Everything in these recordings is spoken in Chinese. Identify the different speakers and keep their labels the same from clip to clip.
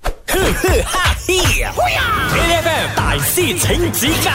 Speaker 1: 呵呵哈嘿，A F M 大师请指教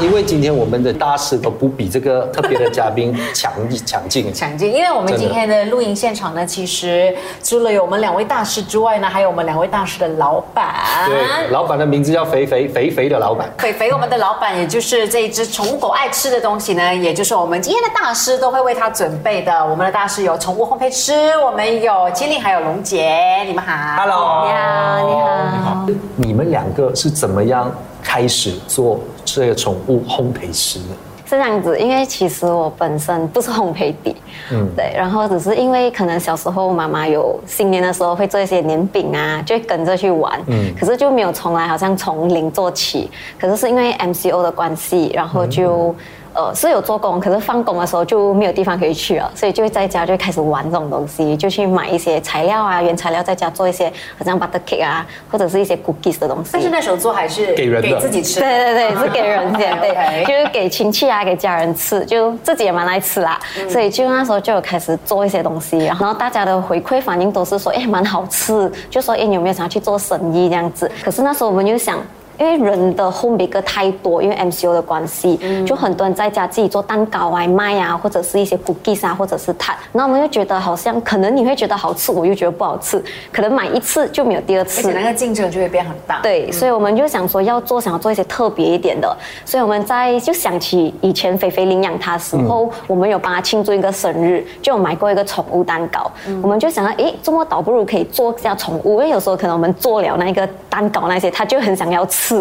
Speaker 2: 因为今天我们的大师都不比这个特别的嘉宾强强劲，
Speaker 3: 抢镜，因为我们今天的录音现场呢，其实除了有我们两位大师之外呢，还有我们两位大师的老板。
Speaker 2: 对，老板的名字叫肥肥肥肥的老板。
Speaker 3: 肥肥，我们的老板，也就是这一只宠物狗爱吃的东西呢，也就是我们今天的大师都会为它准备的。我们的大师有宠物烘焙师，我们有千令，还有龙姐，你们 好。
Speaker 2: Hello，
Speaker 4: 你好你好
Speaker 2: 你好。你们两个是怎么样开始做这个宠物烘焙师的？
Speaker 4: 是这样子，因为其实我本身不是烘焙底，嗯，对，然后只是因为可能小时候妈妈有新年的时候会做一些年饼啊，就会跟着去玩，嗯，可是就没有从来好像从零做起，可是是因为 MCO 的关系，然后就。呃，是有做工，可是放工的时候就没有地方可以去了，所以就在家就开始玩这种东西，就去买一些材料啊，原材料在家做一些，好像 butter cake 啊，或者是一些 cookies 的东西。
Speaker 3: 但是那时候做还是
Speaker 2: 给人的
Speaker 3: 给自己吃的。
Speaker 4: 对对 对，是给人减
Speaker 3: OK
Speaker 4: 对， 就是给亲戚啊，给家人吃，就自己也蛮爱吃啦。
Speaker 3: 嗯
Speaker 4: 所以就那时候就有开始做一些东西，然后大家的回馈反应都是说，哎，蛮好吃，就说哎，你有没有想要去做生意这样
Speaker 3: 嗯
Speaker 4: 子？可是那时候我们就想。因为人的 home baker 太多，因为 MCO 的关系，
Speaker 3: 嗯
Speaker 4: 就很多人在家自己做蛋糕啊、卖啊，或者是一些 cookies 啊，或者是 tart。然后我们就觉得好像可能你会觉得好吃，我又觉得不好吃，可能买一次就没有第二
Speaker 3: 而
Speaker 4: 次。
Speaker 3: 且那个竞争就会变很大。，
Speaker 4: 对，所以我们就想说要做，想要做一些特别一点的，所以我们在就想起以前菲菲领养它时候，我们有帮它庆祝一个生日，就有买过一个宠物蛋糕，我们就想到，诶，这么倒不如可以做一下宠物，因为有时候可能我们做了那一个蛋糕那些，它就很想要吃，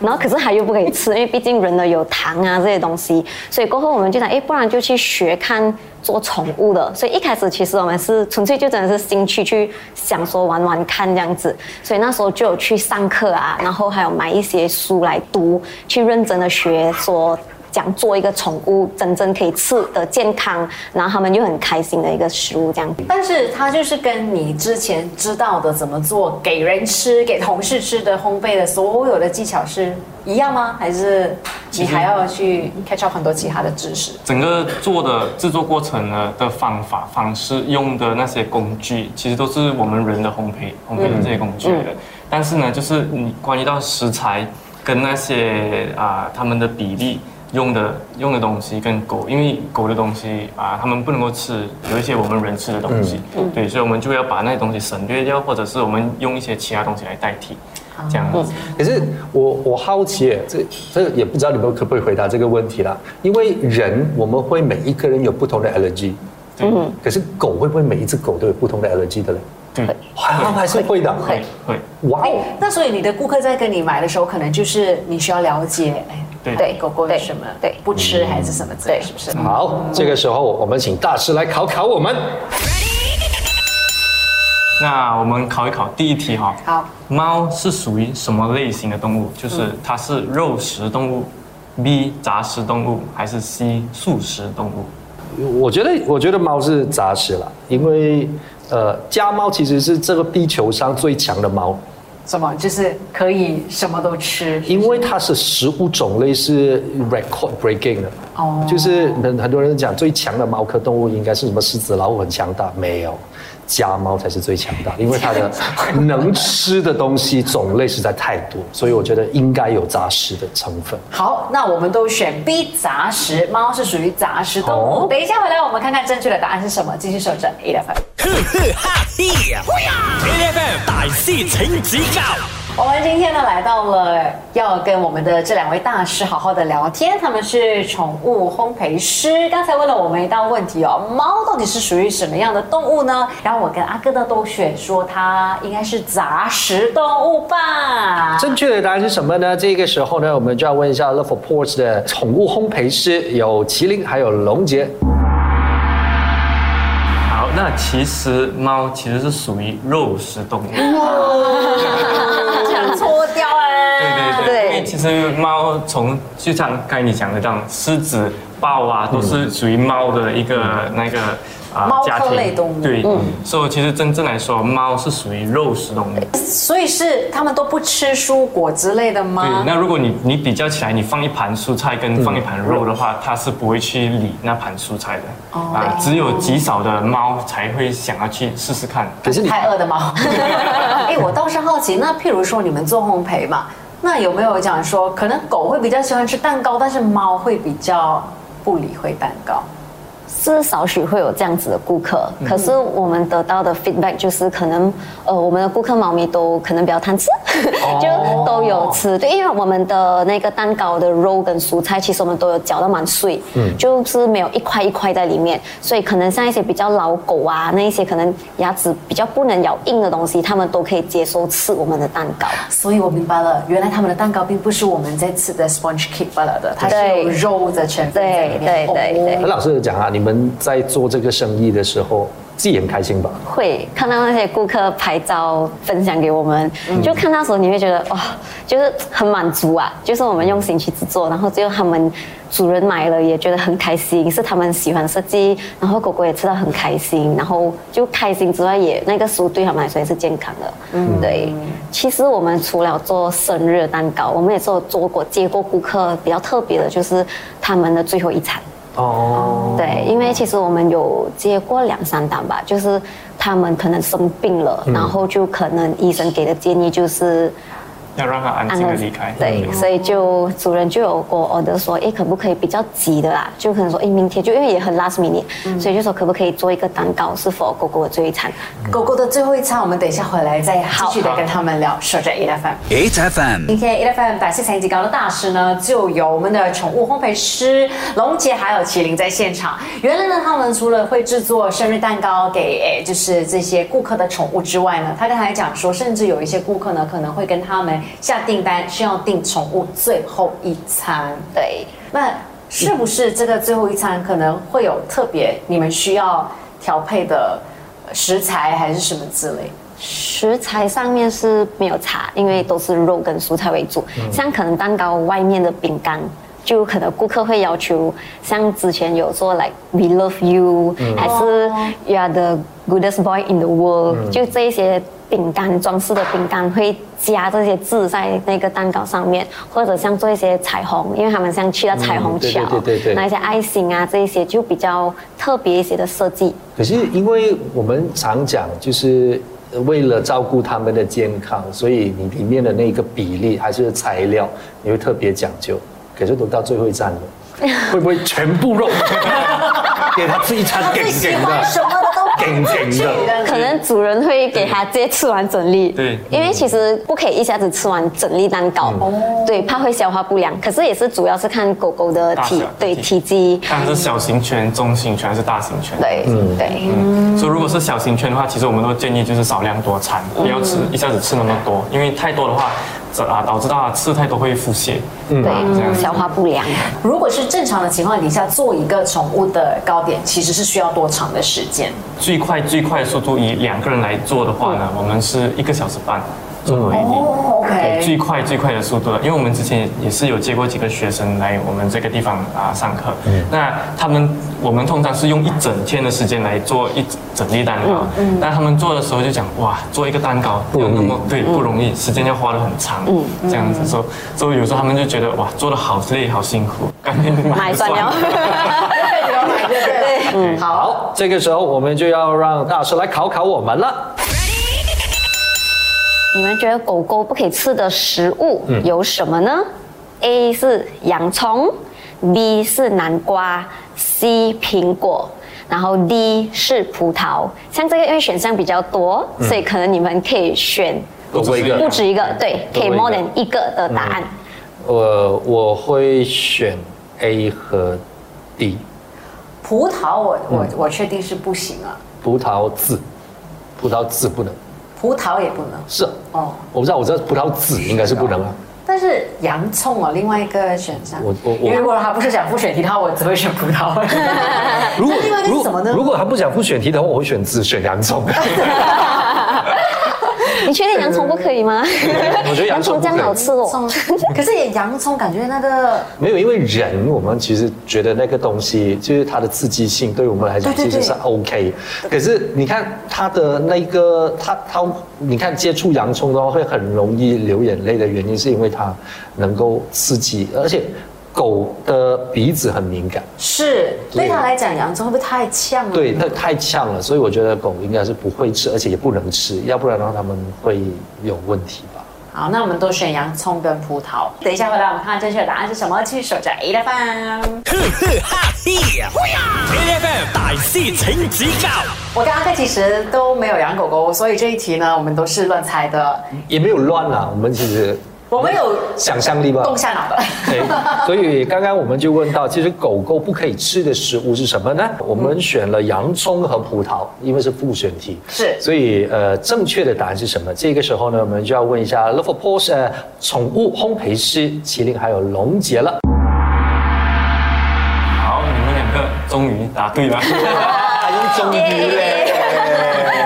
Speaker 4: 然后可是它又不可以吃，因为毕竟人的有糖啊这些东西，所以过后我们就想，诶，不然就去学看。做宠物的，所以一开始其实我们是纯粹就真的是兴趣去想说玩玩看这样子，所以那时候就有去上课啊，然后还有买一些书来读，去认真的学说。讲做一个宠物真正可以吃的健康，然后他们就很开心的一个食物这样子。
Speaker 3: 但是它就是跟你之前知道的怎么做给人吃、给同事吃的烘焙的所有的技巧是一样吗？还是你还要去 catch up 很多其他的知识？
Speaker 5: 整个做的制作过程呢的方法、方式、用的那些工具，其实都是我们人的烘焙、烘焙的这些工具来的。但是呢，就是你关于到食材跟那些啊、它们的比例。用的用的东西跟狗，因为狗的东西啊，它们不能够吃有一些我们人吃的东西，对，所以我们就要把那些东西省略掉，或者是我们用一些其他东西来代替，这样子。
Speaker 2: 可是我我好奇耶，这这也不知道你们可不可以回答这个问题啦。因为人我们会每一个人有不同的 allergy，
Speaker 5: 对
Speaker 2: 可是狗会不会每一只狗都有不同的 allergy 的嘞？
Speaker 5: 对，
Speaker 2: 还还是会的，
Speaker 4: 会
Speaker 5: 会，
Speaker 2: 哇
Speaker 3: 哎
Speaker 2: 哦！，
Speaker 3: 那所以你的顾客在跟你买的时候，可能就是你需要了解，哎，
Speaker 5: 对
Speaker 4: 对
Speaker 3: 狗狗有
Speaker 4: 对
Speaker 3: 什么
Speaker 4: 对
Speaker 3: 不吃还是什么之类，是不是？
Speaker 2: 好，这个时候我们请大师来考考我们。
Speaker 5: 那我们考一考第一题哈、
Speaker 3: 好，
Speaker 5: 猫是属于什么类型的动物？就是它是肉食动物，B 杂食动物，还是 C 素食动物？
Speaker 2: 我觉得，我觉得猫是杂食了，因为呃，家猫其实是这个地球上最强的猫，
Speaker 3: 什么就是可以什么都吃，
Speaker 2: 因为它是食物种类是 record breaking 的。
Speaker 3: 哦
Speaker 2: 就是很很多人讲最强的猫科动物应该是什么狮子、老虎很强大，没有，家猫才是最强大，因为它的能吃的东西种类实在太多，所以我觉得应该有杂食的成分。
Speaker 3: 好，那我们都选 B 杂食，猫是属于杂食动物。
Speaker 2: 哦
Speaker 3: 等一下回来，我们看看正确的答案是什么。继续守着 A F M。
Speaker 1: 呵呵哈嘿，A F M 大师请指教
Speaker 3: 我们今天呢来到了要跟我们的这两位大师好好的聊天，他们是宠物烘焙师。刚才问了我们一道问题哦，猫到底是属于什么样的动物呢？然后我跟阿哥呢都选说它应该是杂食动物 吧。
Speaker 2: 正确的答案是什么呢？这个时候呢，我们就要问一下 Love for Pets 的宠物烘焙师，有麒麟，还有龙杰。
Speaker 5: 好，那其实猫其实是属于肉食动 物。
Speaker 3: 想搓掉哎、
Speaker 5: 对对
Speaker 4: 对
Speaker 5: 对，因为其实猫从就像刚才你讲的这样，狮子、豹啊，都是属于猫的一个那个啊
Speaker 3: 猫
Speaker 5: 家
Speaker 3: 科类
Speaker 5: 庭
Speaker 3: 动物嗯
Speaker 5: 对，所以其实真正来说，猫是属于肉食动物。
Speaker 3: 所以是他们都不吃蔬果之类的
Speaker 5: 对，
Speaker 4: 啊
Speaker 3: 吗？
Speaker 5: 那如果你你比较起来，你放一盘蔬菜跟放一盘肉的话，它是不会去理那盘蔬菜的。
Speaker 4: 哦
Speaker 5: 啊，只有极少的猫才会想要去试试看。
Speaker 2: 可是你
Speaker 3: 太饿的猫。 哎，我倒是好奇，那譬如说你们做烘焙嘛，那有没有讲说，可能狗会比较喜欢吃蛋糕，但是猫会比较不理会蛋糕？
Speaker 4: 是少许会有这样子的顾客，可是我们得到的 feedback 就是可能，呃，我们的顾客猫咪都可能比较贪吃， 就都有吃。对，因为我们的那个蛋糕的肉跟蔬菜，其实我们都有搅到蛮碎，就是没有一块一块在里面，所以可能像一些比较老狗啊，那一些可能牙齿比较不能咬硬的东西，它们都可以接受吃我们的蛋糕。
Speaker 3: 所以我明白了，原来他们的蛋糕并不是我们在吃的 sponge cake 罢了的，它是
Speaker 4: 对
Speaker 3: 有肉的成分在里面。
Speaker 4: 对对对
Speaker 2: 很
Speaker 3: 哦
Speaker 2: 老实的讲啊，你们在做这个生意的时候，自己很开心吧？
Speaker 4: 会看到那些顾客拍照分享给我们，就看到的时候你会觉得哇，就是很满足啊，就是我们用心去制作，然后最后他们主人买了也觉得很开心，是他们喜欢设计，然后狗狗也吃到很开心，然后就开心之外也那个食物对他们来说也是健康的，嗯，对。其实我们除了做生日蛋糕，我们也做做过接过顾客比较特别的，就是他们的最后一餐。
Speaker 2: 哦，
Speaker 4: 对，因为其实我们有接过两三单吧，就是他们可能生病了，然后就可能医生给的建议就是
Speaker 5: 要让它安静的
Speaker 4: 安乐
Speaker 5: 离开。
Speaker 4: 对，所以就主人就有跟我 order 说，诶，可不可以比较急的啦？啊就可能说，诶，明天就因为也很 last minute，、所以就说可不可以做一个蛋糕，是否狗狗的最后一餐？
Speaker 3: 狗狗的最后一餐，我们等一下回来再继续的跟他们聊。守着 E F M。
Speaker 1: ，8FM，
Speaker 3: 今天 E F M 百色层级高的大师呢，就有我们的宠物烘焙师龙姐还有麒麟在现场。原来呢，他们除了会制作生日蛋糕给诶、就是这些顾客的宠物之外呢，他刚才讲说，甚至有一些顾客呢，可能会跟他们下订单是要订宠物最后一餐。
Speaker 4: 对，
Speaker 3: 那是不是这个最后一餐可能会有特别你们需要调配的食材还是什么之类？
Speaker 4: 食材上面是没有差，因为都是肉跟蔬菜为主。
Speaker 2: 嗯
Speaker 4: 像可能蛋糕外面的饼干，就可能顾客会要求，像之前有做 like we love you，、还
Speaker 2: 嗯
Speaker 4: 是 you are the goodest boy in the world，、就
Speaker 2: 嗯
Speaker 4: 这一些饼干装饰的饼干会加这些字在那个蛋糕上面，或者像做一些彩虹，因为他们像去到彩虹
Speaker 2: 对
Speaker 4: 桥
Speaker 2: 嗯对，对对对
Speaker 4: 那一些爱心啊这一些就比较特别一些的设计。
Speaker 2: 可是因为我们常讲，就是为了照顾他们的健康，所以你里面的那个比例还是材料，你会特别讲究。可是都到最后一站了，会不会全部肉给他吃一餐顶顶的，
Speaker 3: 什么都
Speaker 2: 顶顶的？
Speaker 4: 可能主人会给他直接吃完整粒，
Speaker 5: 对
Speaker 4: 因为其实不可以一下子吃完整粒蛋糕，
Speaker 5: 嗯
Speaker 4: 对，怕会消化不良。可是也是主要是看狗狗的
Speaker 5: 大小
Speaker 4: 体，对
Speaker 5: 体
Speaker 4: 体积，
Speaker 5: 看嗯是小型犬、中型犬还是大型犬。
Speaker 4: 对
Speaker 5: 嗯
Speaker 4: 对
Speaker 5: 所以如果是小型圈的话，其实我们都建议就是少量多餐，
Speaker 4: 嗯
Speaker 5: 不要吃一下子吃那么多，因为太多的话，这啊导致到它吃太多会腹泻。嗯，这样
Speaker 4: 对，
Speaker 5: 子
Speaker 4: 消化不良。
Speaker 3: 如果是正常的情况底下做一个宠物的糕点，其实是需要多长的时间？
Speaker 5: 最快最快速度以两个人来做的话呢，
Speaker 4: 嗯
Speaker 5: 我们是一个小时半做为例。
Speaker 3: 哦
Speaker 2: 哎
Speaker 5: 对，
Speaker 3: ，OK，
Speaker 5: 最快最快的速度了，因为我们之前也也是有接过几个学生来我们这个地方啊上课，
Speaker 2: 嗯
Speaker 5: 那他们我们通常是用一整天的时间来做一整粒蛋糕，那他们做的时候就讲哇，做一个蛋糕
Speaker 2: 嗯不容易嗯
Speaker 5: 要那么对不容易，时间要花的很长，这样子所以所以有时候他们就觉得哇，做的好累好辛苦，赶紧
Speaker 4: 买
Speaker 5: 买
Speaker 4: 算
Speaker 2: 哦
Speaker 4: 了，
Speaker 3: 对，嗯，好。
Speaker 2: 好，这个时候我们就要让大师来考考我们了。
Speaker 4: 你们觉得狗狗不可以吃的食物有什么呢？A 是洋葱，B 是南瓜，C 苹果。然后 D 是葡萄，像这个因为选项比较多，所以可能你们可以选
Speaker 2: 多过一个
Speaker 4: 不止一个，对，可以
Speaker 2: 多
Speaker 4: more
Speaker 2: 过一
Speaker 4: than 嗯一个的答案。
Speaker 2: 我呃我会选 A 和 D，
Speaker 3: 葡萄我我
Speaker 2: 嗯
Speaker 3: 我确定是不行啊，
Speaker 2: 葡萄籽，葡萄籽不能。
Speaker 3: 葡萄也不能
Speaker 2: 是啊
Speaker 3: 哦，
Speaker 2: 我不知道，我知道葡萄籽应该是不能啊。
Speaker 3: 但是洋葱哦，另外一个选项，
Speaker 2: 我我我
Speaker 3: 因为如果他不是想复选题的话，我只会选葡萄。
Speaker 2: 如果
Speaker 3: 那另外一个是什么呢
Speaker 2: 如果他不想不选题的话，我会选自选洋葱。
Speaker 4: 你确定嗯 洋葱不可以吗？
Speaker 2: 我觉得洋葱不可以
Speaker 4: 这样好吃哦。
Speaker 3: 葱，可是也洋葱感觉那个
Speaker 2: 没有，因为人我们其实觉得那个东西就是它的刺激性，对于我们来讲
Speaker 3: 对对
Speaker 2: 其
Speaker 3: 对
Speaker 2: 实是 OK。可是你看它的那个，它它，你看接触洋葱的话会很容易流眼泪的原因，是因为它能够刺激，而且狗的鼻子很敏感，
Speaker 3: 嗯是
Speaker 2: 对
Speaker 3: 对他来讲，洋葱会不会太呛啊了？
Speaker 2: 对，那太呛了，所以我觉得狗应该是不会吃，而且也不能吃，要不然的话它们会有问题吧。
Speaker 3: 好，那我们都选洋葱跟葡萄。等一下回来，我们看看正确的答案是什么。继续守着 A 来吧。
Speaker 1: 哈嘿！A F M 大师请指教
Speaker 3: 我跟阿克其实都没有养狗狗，所以这一题呢，我们都是乱猜的。
Speaker 2: 也没有乱啦，我们其实
Speaker 3: 我们有
Speaker 2: 想象力吧，
Speaker 3: 动下脑的。
Speaker 2: 对，所以刚刚我们就问到，其实狗狗不可以吃的食物是什么呢？
Speaker 3: 嗯
Speaker 2: 我们选了洋葱和葡萄，因为是复选题。
Speaker 3: 是
Speaker 2: 所以呃，正确的答案是什么？这个时候呢，我们就要问一下 Love p o s 呃，宠物烘焙师麒麟还有龙杰了。
Speaker 5: 好，你们两个终于答 对了。
Speaker 2: 哎呀，终于嘞！
Speaker 3: 呃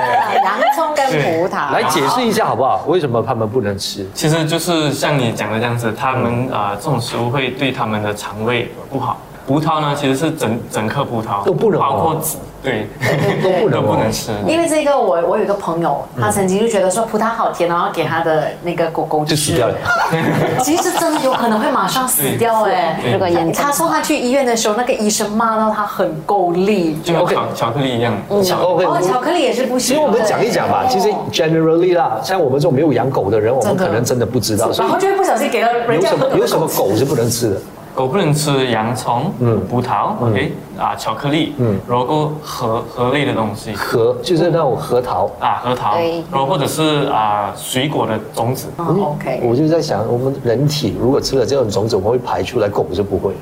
Speaker 3: 洋葱跟葡萄，
Speaker 2: 来解释一下好不好？为什么他们不能吃？
Speaker 5: 其实就是像你讲的这样子，他
Speaker 2: 嗯
Speaker 5: 们啊、呃这种食物会对他们的肠胃不好。葡萄呢，其实是整整颗葡萄
Speaker 2: 都不能哦
Speaker 5: 包括籽对
Speaker 3: 对
Speaker 2: 都不能
Speaker 5: 都
Speaker 2: 哦
Speaker 5: 不能吃。
Speaker 3: 因为这个我，我有一个朋友，
Speaker 2: 嗯
Speaker 3: 他曾经就觉得说葡萄好甜，然后给他的那个狗狗
Speaker 2: 就死掉了。
Speaker 3: 其实真的有可能会马上死掉哎、
Speaker 5: 对
Speaker 4: 如果严重
Speaker 3: 他，说他去医院的时候，那个医生骂到他很够力。
Speaker 5: 就跟
Speaker 2: OK 嗯
Speaker 5: 巧巧克力一样，
Speaker 2: 巧克力
Speaker 3: 哦，巧克力也是不
Speaker 2: 其
Speaker 3: 行哦
Speaker 2: 实
Speaker 3: 的。
Speaker 2: 我们讲一讲吧，其实 generally 啦，像我们这种没有养狗的人，我们
Speaker 3: 真的
Speaker 2: 可能真的不知道，所
Speaker 3: 然后就会不小心给了
Speaker 2: 以
Speaker 3: 人
Speaker 2: 有
Speaker 3: 家
Speaker 2: 什么有什么
Speaker 3: 狗
Speaker 2: 狗是不能吃的？
Speaker 5: 狗不能吃洋葱、
Speaker 2: 嗯
Speaker 5: 葡萄、
Speaker 2: 嗯
Speaker 5: OK 啊，巧克力，
Speaker 2: 嗯
Speaker 5: 然后核核类的东西
Speaker 2: 核就是那种核桃。
Speaker 5: 啊，核桃
Speaker 4: 对，
Speaker 2: 哎
Speaker 5: 然后或者是啊水果的种子，
Speaker 3: 嗯 OK，
Speaker 2: 我就在想，我们人体如果吃了这种种子，我们会排出来，狗就不会，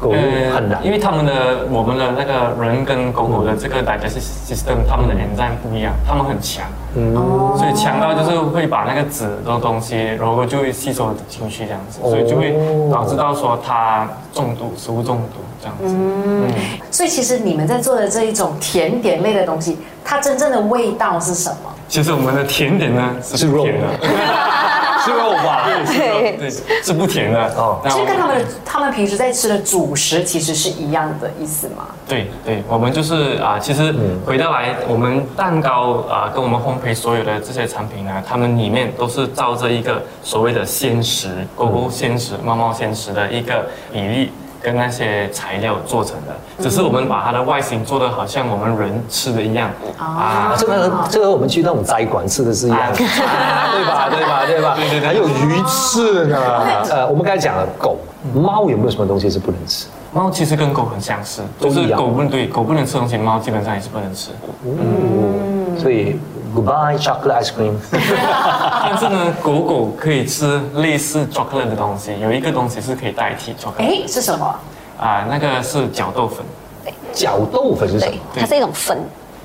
Speaker 2: 狗就很难
Speaker 5: 嗯呃因。为他们的我们的那个人跟狗狗的这个 digestive system，他们的 enzyme 不一样，他们很强，
Speaker 2: 嗯
Speaker 5: 所以强到就是会把那个籽的东西，然后就会吸收进去这样子，
Speaker 2: 哦
Speaker 5: 所以就会导致到说它中毒，食物中毒这样子。嗯，
Speaker 3: 所以其实你们在做的这一种甜点类的东西，它真正的味道是什么？
Speaker 5: 其实我们的甜点呢
Speaker 2: 是
Speaker 5: 是
Speaker 2: 肉
Speaker 5: 不甜的，
Speaker 2: 是肉吧？
Speaker 4: 对
Speaker 5: 对，是不甜的
Speaker 2: 哦
Speaker 5: 哦。那
Speaker 3: 其
Speaker 5: 我
Speaker 3: 实跟他们的他们平时在吃的主食其实是一样的意思嘛。
Speaker 5: 对对，我们就是啊、其实回到来，我们蛋糕啊、跟我们烘焙所有的这些产品呢，它们里面都是照着一个所谓的鲜食、狗
Speaker 2: 嗯
Speaker 5: 狗鲜食、猫猫鲜食的一个比例。跟那些材料做成的，只是我们把它的外形做的好像我们人吃的一样啊，
Speaker 2: 这个和这个和我们去那种斋馆吃的是一样的， 对吧？对吧？对吧？
Speaker 5: 对对对
Speaker 2: 还有鱼翅呢。呃，我们刚才讲了狗、猫有没有什么东西是不能吃？
Speaker 5: 猫其实跟狗很相似，
Speaker 2: 都一
Speaker 5: 就是
Speaker 2: 样
Speaker 5: 狗不能对狗不能吃东西，猫基本上也是不能吃。嗯
Speaker 2: 所以 goodbye chocolate ice cream。
Speaker 5: 但是呢，狗狗可以吃类似 chocolate 的东西，有一个东西是可以代替 chocolate
Speaker 3: 哎，是什么？
Speaker 5: 啊，那个是角豆粉。
Speaker 2: 角豆粉是什么
Speaker 4: 对？，它是一种粉，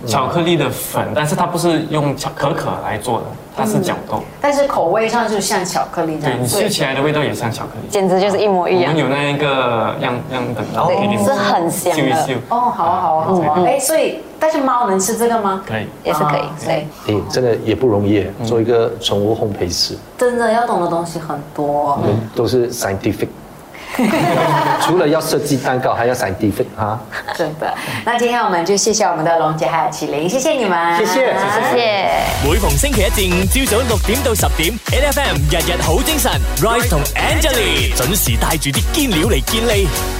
Speaker 5: 巧克力的粉，但是它不是用巧可可来做的，它是角豆。
Speaker 3: 但是口味上就像巧克力这
Speaker 5: 对
Speaker 3: 样
Speaker 5: 你
Speaker 3: 子
Speaker 5: 吃。起来的味道也像巧克力。
Speaker 4: 简直就是一模一
Speaker 5: 我
Speaker 4: 样
Speaker 5: 们。有那一个样样本，然后给你
Speaker 4: 对是很香的
Speaker 5: 嗅一嗅。
Speaker 3: 哦，好啊，好啊，好啊。哎，所以但是猫能吃这个吗？
Speaker 5: 嗯可以。
Speaker 4: 也是可以
Speaker 3: 啊，
Speaker 4: 对，
Speaker 2: 哎，真的也不容易，
Speaker 5: 嗯
Speaker 2: 做一个宠物烘焙师，
Speaker 3: 真的要懂的东西很多。
Speaker 5: 嗯
Speaker 2: 我们都是 scientific。除了要设计蛋糕，还要 scientific 啊。
Speaker 3: 真的。那今天我们就谢谢我们的龙姐还有麒麟，谢谢你们，
Speaker 2: 谢谢谢
Speaker 4: 谢谢。
Speaker 1: 每逢星期一至五朝早六點到十點，A F M 日日好精神，Rise 同 Angelie 準時帶住啲堅料嚟健利。